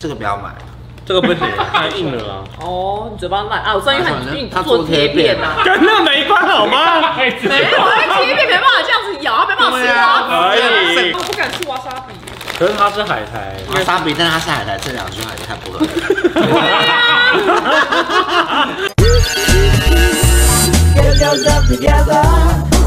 这个不要买，这个不行，太硬了啊！哦，你嘴巴烂啊！我知道，因为反他正因为你他做做贴贴片片呐 啊。跟那没关好吗？没没有，因为贴片没办法这样子咬，它没办法吃对啊啊。可以我不敢吃瓦莎比。可是它是海苔，啊，沙比，但是它是海苔，这两句话也太不合理。啊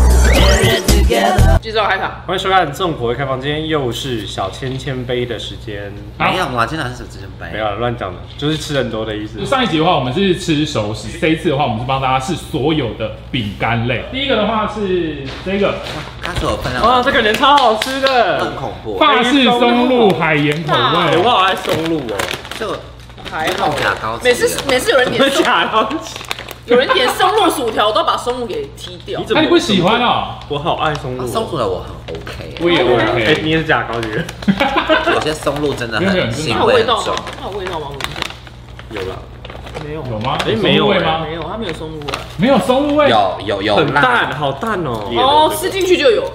记住要开场，欢迎收看《纵火的开房间》，又是小芊芊杯的时间。 没有啦，竟然是之前白没。有啊乱讲的，就是吃很多的意思就。上一集的话，我们是吃熟食；这一次的话，我们是帮大家试所有的饼干类。第一个的话是这个它是有分量，啊哇，这个人超好吃很的！恐怖。法式松露海盐口哎我味，好爱松露哦，这个还好假高级的啊每次每次有人 点松，假东西。有人点松露薯条，我都把松露给踢掉你。怎那么你不喜欢？哦？我好爱松露啊哦。松鼠的我很 OK，啊我也哎， OK。你也是假高级人？哎有些松露真的没有很没有腥它有味味很道吗重。？它有味道吗？我闻一下有了，没有有吗？哎松没有露味哎吗？没有，它没有松露啊。没有松露味，有有有很辣，淡，好淡哦。哦，吃进去就有了，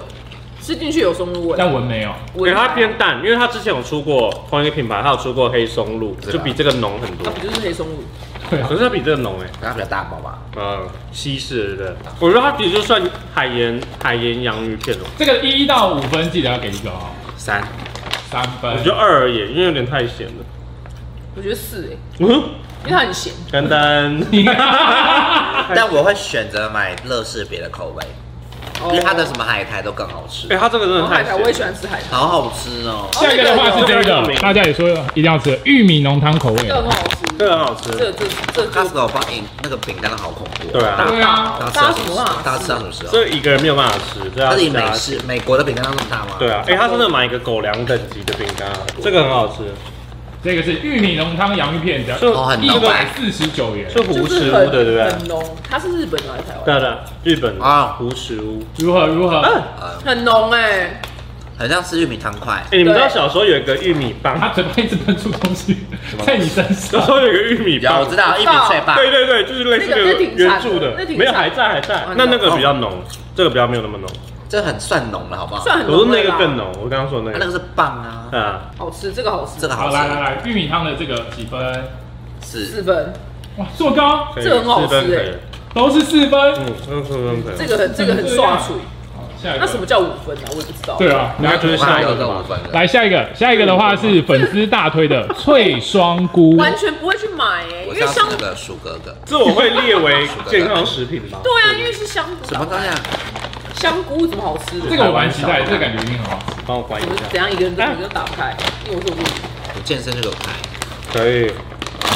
吃进去有松露味。但闻没有。给它偏淡，因为它之前有出过同一个品牌，它有出过黑松露，对啊就比这个浓很多它。不就是黑松露？对啊可，是它比这个浓哎。它比较大包吧？呃，西式的，我觉得它的确算海盐海盐洋芋片哦，这个一到五分记得要给一个哦，三，三我分觉。得二而已，因为有点太咸了。我觉得是哎，嗯，因为它很咸。丹丹， 哎，但我会选择买乐事别的口味，因为它的什么海苔都更好吃，哎它这个真哦？的然后海太苔我也喜咸。欢吃海苔，好好吃哦。下一个的话是这个，大家也说一定要吃的玉米浓汤口味这。个很好这吃。个很好吃，这这这它这是给我放饮那个饼干好恐怖哦。对啊对啊，大大家家吃什到么什么？大辣家？吃到什么时候？这一个人没有办法吃，这要那里大美家式美国的饼干那么大吗？对啊，哎，他真的买一个狗粮等级的饼干啊，这个很好吃，这个是玉米浓汤洋芋片，只要是哦很一浓百四十九元。是胡就是食很屋的，对不对？很浓，它是日本的还是台湾？对的，日本啊啊，胡食屋。如何如何？啊，呃，很浓哎，很像吃玉米汤块。哎，你们知道对小时候有一个玉米棒，他嘴巴一直喷出东西么东西在你身小上时。候有一个玉米有，棒，哦我知道玉米脆棒。对对对，就是类似那这个那个挺原惨著的的那，挺没有惨还在还在哦，那那个比较浓，这个比较没有那么浓。这很算浓了，好不好？算很我说浓的那个啦。更浓，我刚刚说那它那个个是棒啊，啊，好吃，这个好吃，这个好，好来来吃。来，玉米汤的这个几分？是四分，哇，做高可以这个很好吃四分可以哎都是四分。嗯，这个四分可以。这个很这个很刷水。好，下一个。那什么？叫五分啊？我也不知道。对啊，应该来就是下一个这吧五。分的，来下一个，下一个的话是粉丝大推的脆双菇，完全不会去买哎，因我为要吃香那个鼠哥哥。这我会列 为健康食品吧。对啊，因为是香菇，什么东西啊？香菇怎么好吃的？这个我蛮期待，这个感觉一定很好吃。帮我关一我们等下。一下一个人的你就打不开，因为我说我我健身就有开。可以。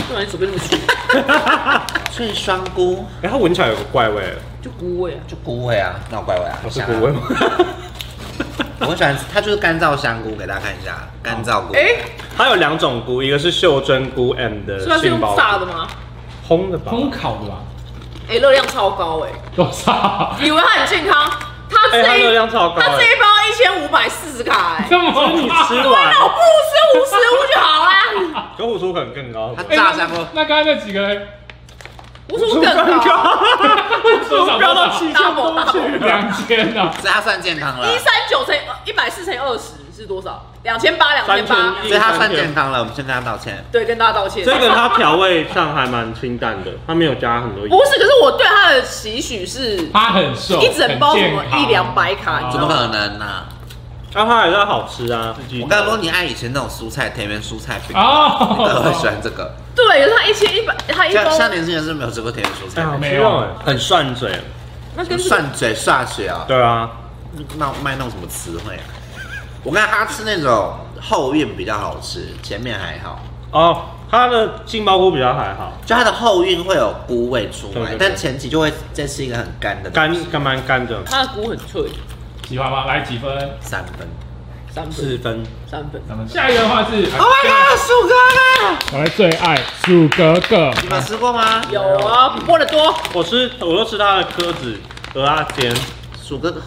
不然你手被那么粗，脆双菇哎，它闻起来有个怪味，就菇味啊。就菇味啊，那我怪味啊，不是香啊苦味吗？我很喜欢吃，它就是干燥香菇，给大家看一哦下，干燥菇。哎， 它有两种菇，一个是袖珍菇 and 所以它的是用杏鲍炸菇，的吗？烘的吧？烘烤的吧？哎，热量超高哎，多少？以为它很健康，它哎，它热这一量超高它哎这。一包一千五百四十卡哎。 这么好啊你吃对完那，我不吃无食物就 好啊啦，可我说可能更高。它炸香菇，哎那刚才那几个人，无食物更高，多少飙多到少？ 七千多去了。两千啊！这它算健康了，一三九乘一百四乘以二十是多少？两千八，两千八。 3100所以它算健康了。我们先跟他道歉。对，跟大家道歉。这个它调味上还蛮清淡的，它没有加很多盐不。是，可是我对它的期许是啊他很瘦，一整包什么很健康一两百卡哦怎么可能呢、啊，它还是好吃啊，自己我。刚刚说你爱以前那种蔬菜田园蔬菜饼，哦你都会喜欢这个。对，可是它一千一百，它一像包，像年轻人是没有吃过甜的蔬菜哎，的，好没吃有哦，很涮嘴。那什跟么这个涮嘴、涮嘴啊，对啊，那卖那种什么词汇啊？我看他吃那种后院比较好吃，前面还好，哦，它的杏鲍菇比较还好，就它的后院会有菇味出对来对对，但前期就会再吃一个很干的东干西干蛮干的，它的菇很脆，喜欢吗？来几分？三分。三分，四分。三分。咱们下一个的话是 Oh my god，树哥我的最爱鼠格格，你们有吃过吗？有啊，剥的多，我吃，我都吃它的壳子、鹅啊煎。鼠哥哥，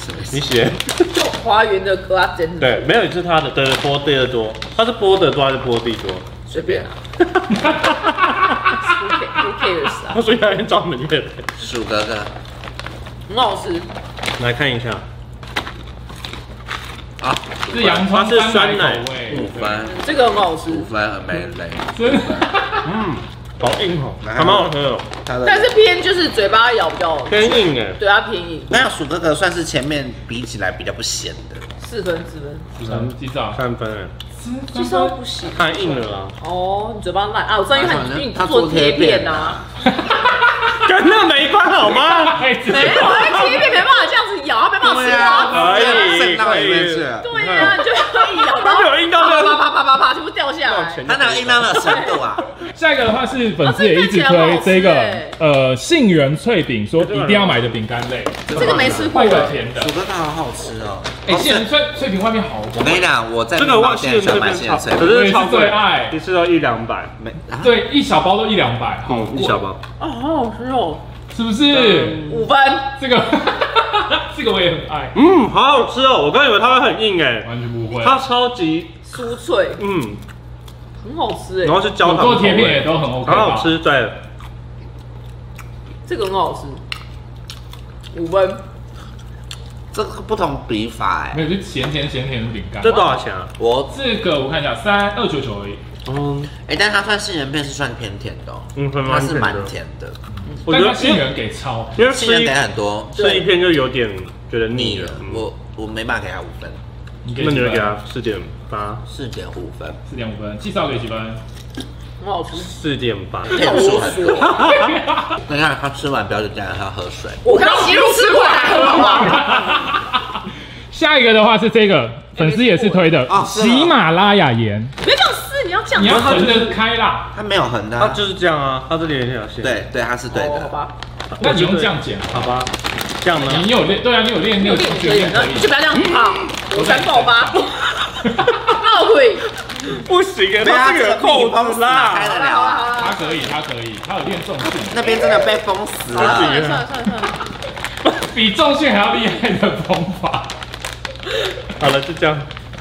什么意思你 写就华园的格拉煎的，对，没有你是它的，对对，波地的多，它是波德多还是波地多？随便啊。Who ca- Who cares 啊？我所以它是专门乐的。鼠哥哥，很好吃，来看一下，啊，是洋它葱是酸酸奶口味，嗯五分，这个很好吃五，分，amazing，真五分，嗯，好硬哦，蛮还蛮好喝的，它的但是偏就是嘴巴咬比较，偏硬哎，对它偏硬，没有鼠哥哥算是前面比起来比较不咸的，四分四分，嗯，几少？三分欸其实都不行哎，太硬了啦，哦，你嘴巴烂啊，我知道，因为它因为你做贴片呐，跟那没关好吗？太子没有，它贴片没办法这样子咬，它没办法吃啊，可以渗到里面去了。对呀，你就一咬，然它后没有硬到这样啪啪啪啪啪啪，全部掉下来。他哪有硬到那个程度啊？下一个的话是粉丝也一直推这啊个呃杏仁脆饼，说一定要买的饼干类，这个没吃过换一，个甜的鼠。哥哥好好吃哦。哎，哦杏仁脆脆饼外面好我跟你红，讲，我在这个面包忘记店了专这买边现炒，在可是超贵我也是最爱，一次都一两百，嗯没啊对，一小包都一两百，好一贵，小包，哦，好好吃哦，是不是？ 五分，这个这个我也很爱，嗯，好好吃哦，我刚以为它会很硬哎，完全不会。它超级酥脆，嗯，很好吃然哎，后是焦我糖口做甜品也味，都很 OK，很吧好。吃，对，这个很好吃，五分，这个不同笔法哎。没有，就咸甜咸甜的饼干。这多少钱啊？我这个我看一下，三二九九而已。嗯，哎，但它算杏仁片是算偏甜的哦，嗯还它蛮甜的是蛮甜的，我觉得但它杏仁给超，因为杏吃仁一给很多，吃一片就有点觉得腻腻了了，，嗯我我没办法给他五分，你给那你几就给分？它四点八，四点五分，四点五分，季少给几分？ 很好吃。四点八，啊骗术很多。你看他吃完，表姐竟然要喝水，我刚刚一路吃过来了，好不好？下一个的话是这个，粉丝也是推的哦啊是吗喜马拉雅盐，别这样撕，你要这样你子。要横着开啦，他没有横的它啊，就是这样啊，它这里有一条线，，对对，他是对哦好的。吧，那你用这样剪啊。好吧，这样你呢？有练，对啊，你有练，你有有点同可学以练，可那就以不。要这样胖，我全爆发，懊悔。不行啊，对啊，它这这个个有扣封子死哪开啦，得了好啦好啦啊？好他啦可以，他可以，他有练重训，那边真的被封死哎好啦，了。算了算了算了算了，比重训还要厉害的方法。好了，就这样，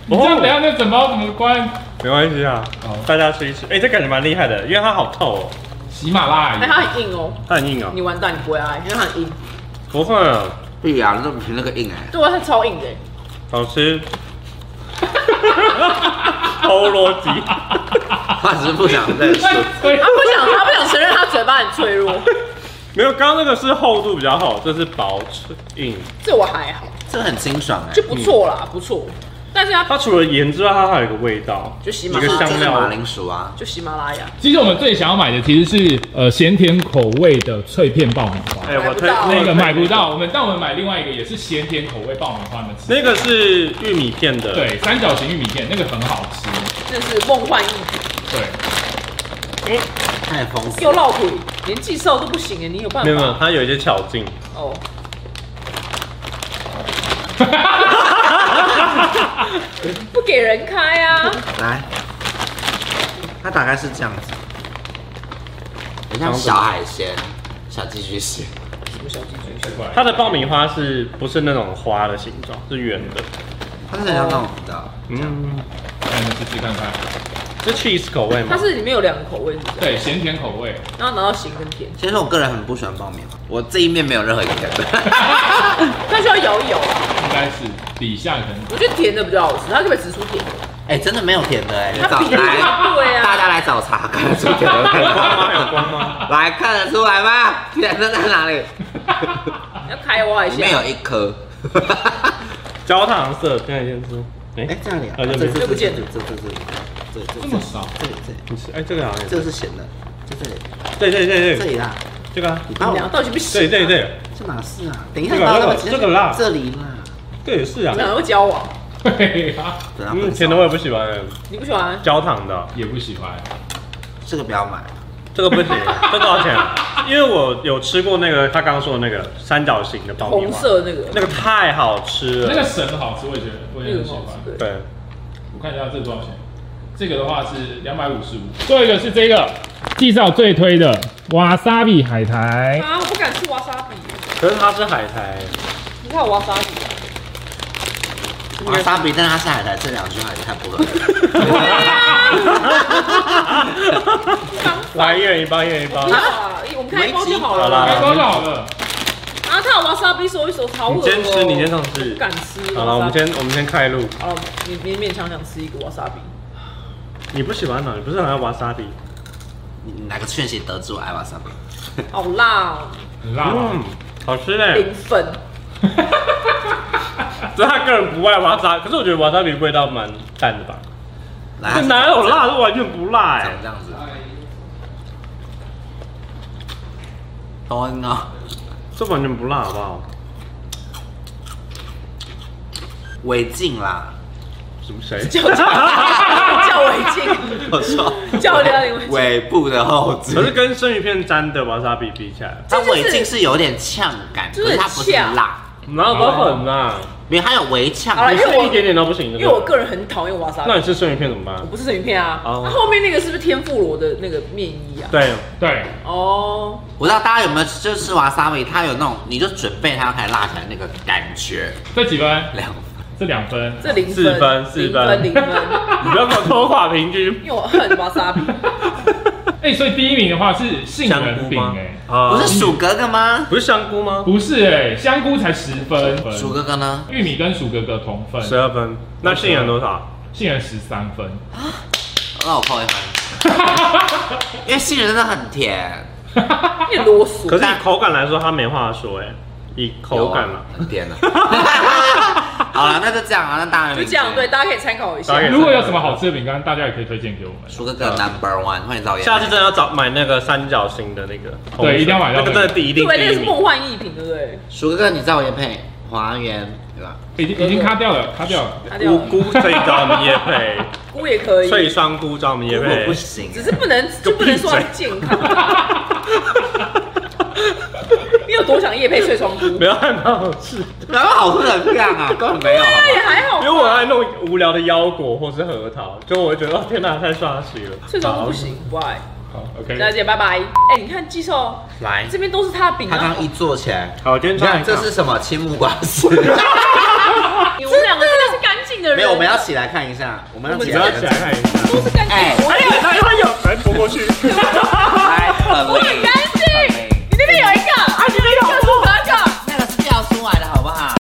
你这样等一下那整包怎么关？没关系啊好，大家吃一吃，哎，这感觉蛮厉害的，因为它好透哦，喜马拉雅 哎，它盐，很硬哦，它很硬啊你，完蛋，你不会爱，因为它很硬。不会啊，对啊，那比那个硬哎。 对啊，它超硬 的，好吃，偷逻辑，他只是不想认 输。对他，不想他不想承认他嘴巴很脆弱，没有，刚刚那个是厚度比较好，这是薄脆硬，这我还好，这很清爽哎、就不错啦，不错。但是它它除了盐之外，它还有一个味道，就喜一马个拉香雅，料马铃薯啊，就喜马拉雅，其实我们最想要买的其实是呃咸甜口味的脆片爆米花，哎，我推买不到那个买不到，我们但我们买另外一个也是咸甜口味爆米花，你们吃。那个是玉米片的，，对，三角形玉米片那个很好吃，这是梦幻一局，对，太丰富。又绕腿，连寄售都不行哎，你有办没有没有，法？它有一些巧劲，哦，不给人开啊，来，它大概是这样子，很像小海鲜、小寄居蟹。什么小鸡鸡？它的爆米花是不是那种花的形状？是圆的，它是很像那种的，嗯，那你们试试看看，是 cheese 口味吗？它是里面有两个口味是不是，对，咸甜口味，然后拿到咸跟 甜，其实我个人很不喜欢爆米花，我这一面没有任何一个甜的。它需要摇一摇啊。应该是底下可能我觉得甜的比较好吃，它可不可以只出甜的？ 哎、真的没有甜的哎、它找比较来，对啊大家来找茬，看得出甜的在哪有 光吗？来看得出来吗？ 甜的在哪里？你要开挖一里面下，有一颗。 焦糖色，看一下这，哎、哎，这里啊，好久没这这不这见了这这这这这么少，这里这里，你吃，哎，这个好像也这是，是咸的，在这里对对对这对，里啦，这个啊，你你帮们我俩到底行不行？对对，对，这哪是啊？等一下，这个把我这个这个啦这里啦。这也是啊你，们俩会交往， 对啊，等下嗯，分甜手的我也不喜欢，你不喜欢？焦糖的也不喜欢，这个不要买，这个不 行，这多少钱？因为我有吃过那个他刚刚说的那个三角形的爆米红花，色那个，那个太好吃那个了，神好吃，我也觉得我也那个很很喜好欢。吃。对，对，我看一下这多少钱？这个的话是两百五十五。最后一个是这个，介绍最推的瓦萨比海苔，啊，我不敢吃瓦沙比，可是它是海 苔，你看瓦沙比，啊瓦莎比但它是海苔，这两句话也太不合理了。来一人一包，一人一包不要。啊，我们开包就好了好啦啦。开包就好了。啊，它把瓦萨比收一收，好恶你哦先吃，你先上吃。不敢吃。好了，我们先我们先开路。好了，你你勉强想吃一个瓦萨比，你不喜欢哪？你不是很爱玩沙比？你哪个劝协得主艾瓦萨比？好辣哦，很辣嗯吗？，好吃嘞零。 分。只是他个人不爱瓦萨，可是我觉得瓦萨比味道蛮淡的吧。来啊这哪有辣？？这完全不辣长哎。这样子，抖音啊，这完全不辣，好不好？违禁啦！什么谁？ 叫叫叫违禁，我说叫梁玲违 禁尾部的后可是置，跟生鱼片沾的瓦萨比比起来，它这就是违禁是有点呛感，可就是是它不是呛辣，哪有多粉啊？因为它有微呛。好啦你啊因为是我一点点都不行的。因为我个人很讨厌瓦萨比那。你吃生鱼片怎么办我？不是生鱼片啊，那、哦后面那个是不是天妇罗的那个面衣啊？对，对，哦，我不知道大家有没有就是吃瓦萨比，它有那种你就准备它要开始辣起来那个感觉，这几分？两这两分。这零分，四分四零分分，零分，你不要给我拖垮平均。因为我恨瓦萨比，哎、所以第一名的话是杏香仁菇饼、吗哎、？啊不是鼠哥哥吗？不是香菇吗？不是哎、香菇才十分，嗯鼠哥哥呢？玉米跟薯格格同分，十二分。那杏仁多少？杏仁十三分。那我扣一分， 因为杏仁真的很甜，你很啰嗦。可是以口感来说，它没话说哎，以口感有啊嘛。很甜的。 好了，那就这样啊，那当然就这样，对，大家可以参考一下大。家可以如果有什么好吃的饼干，大家也可以推荐给我们。鼠哥哥 number one，欢迎找下次真的要找买那个三角形的那个红色，对一定要买到那个真的第一对定不对，那第个一是名。梦幻一品，对不对？鼠哥哥，你在我原配华园对吧？已经已经卡掉了，卡掉了。拿掉菇了菇可以找我们叶配，菇也可脆以，双菇找我们 叶我配不。行，只是不能就就不能说它闭健 康。你有多想夜配脆双菇？不要看到是，哪有好吃的这样啊？根本没有。好那不也好哎还好因吧，为我爱弄无聊的腰果或是核桃，就我会觉得哦天哪，太刷洗了。脆双菇不行，不爱。好大家，OK。姐，拜拜。哎，你看季兽来，这边都是他的饼他啊刚，一坐起来，好，好，今你天看看这是什么？青木瓜 丝？你们两个真的是干净的人。没有，我们要起来看一下，我们要我们起你要来起来看一下。都是干净的哎人。我们俩他有人拨过去，啊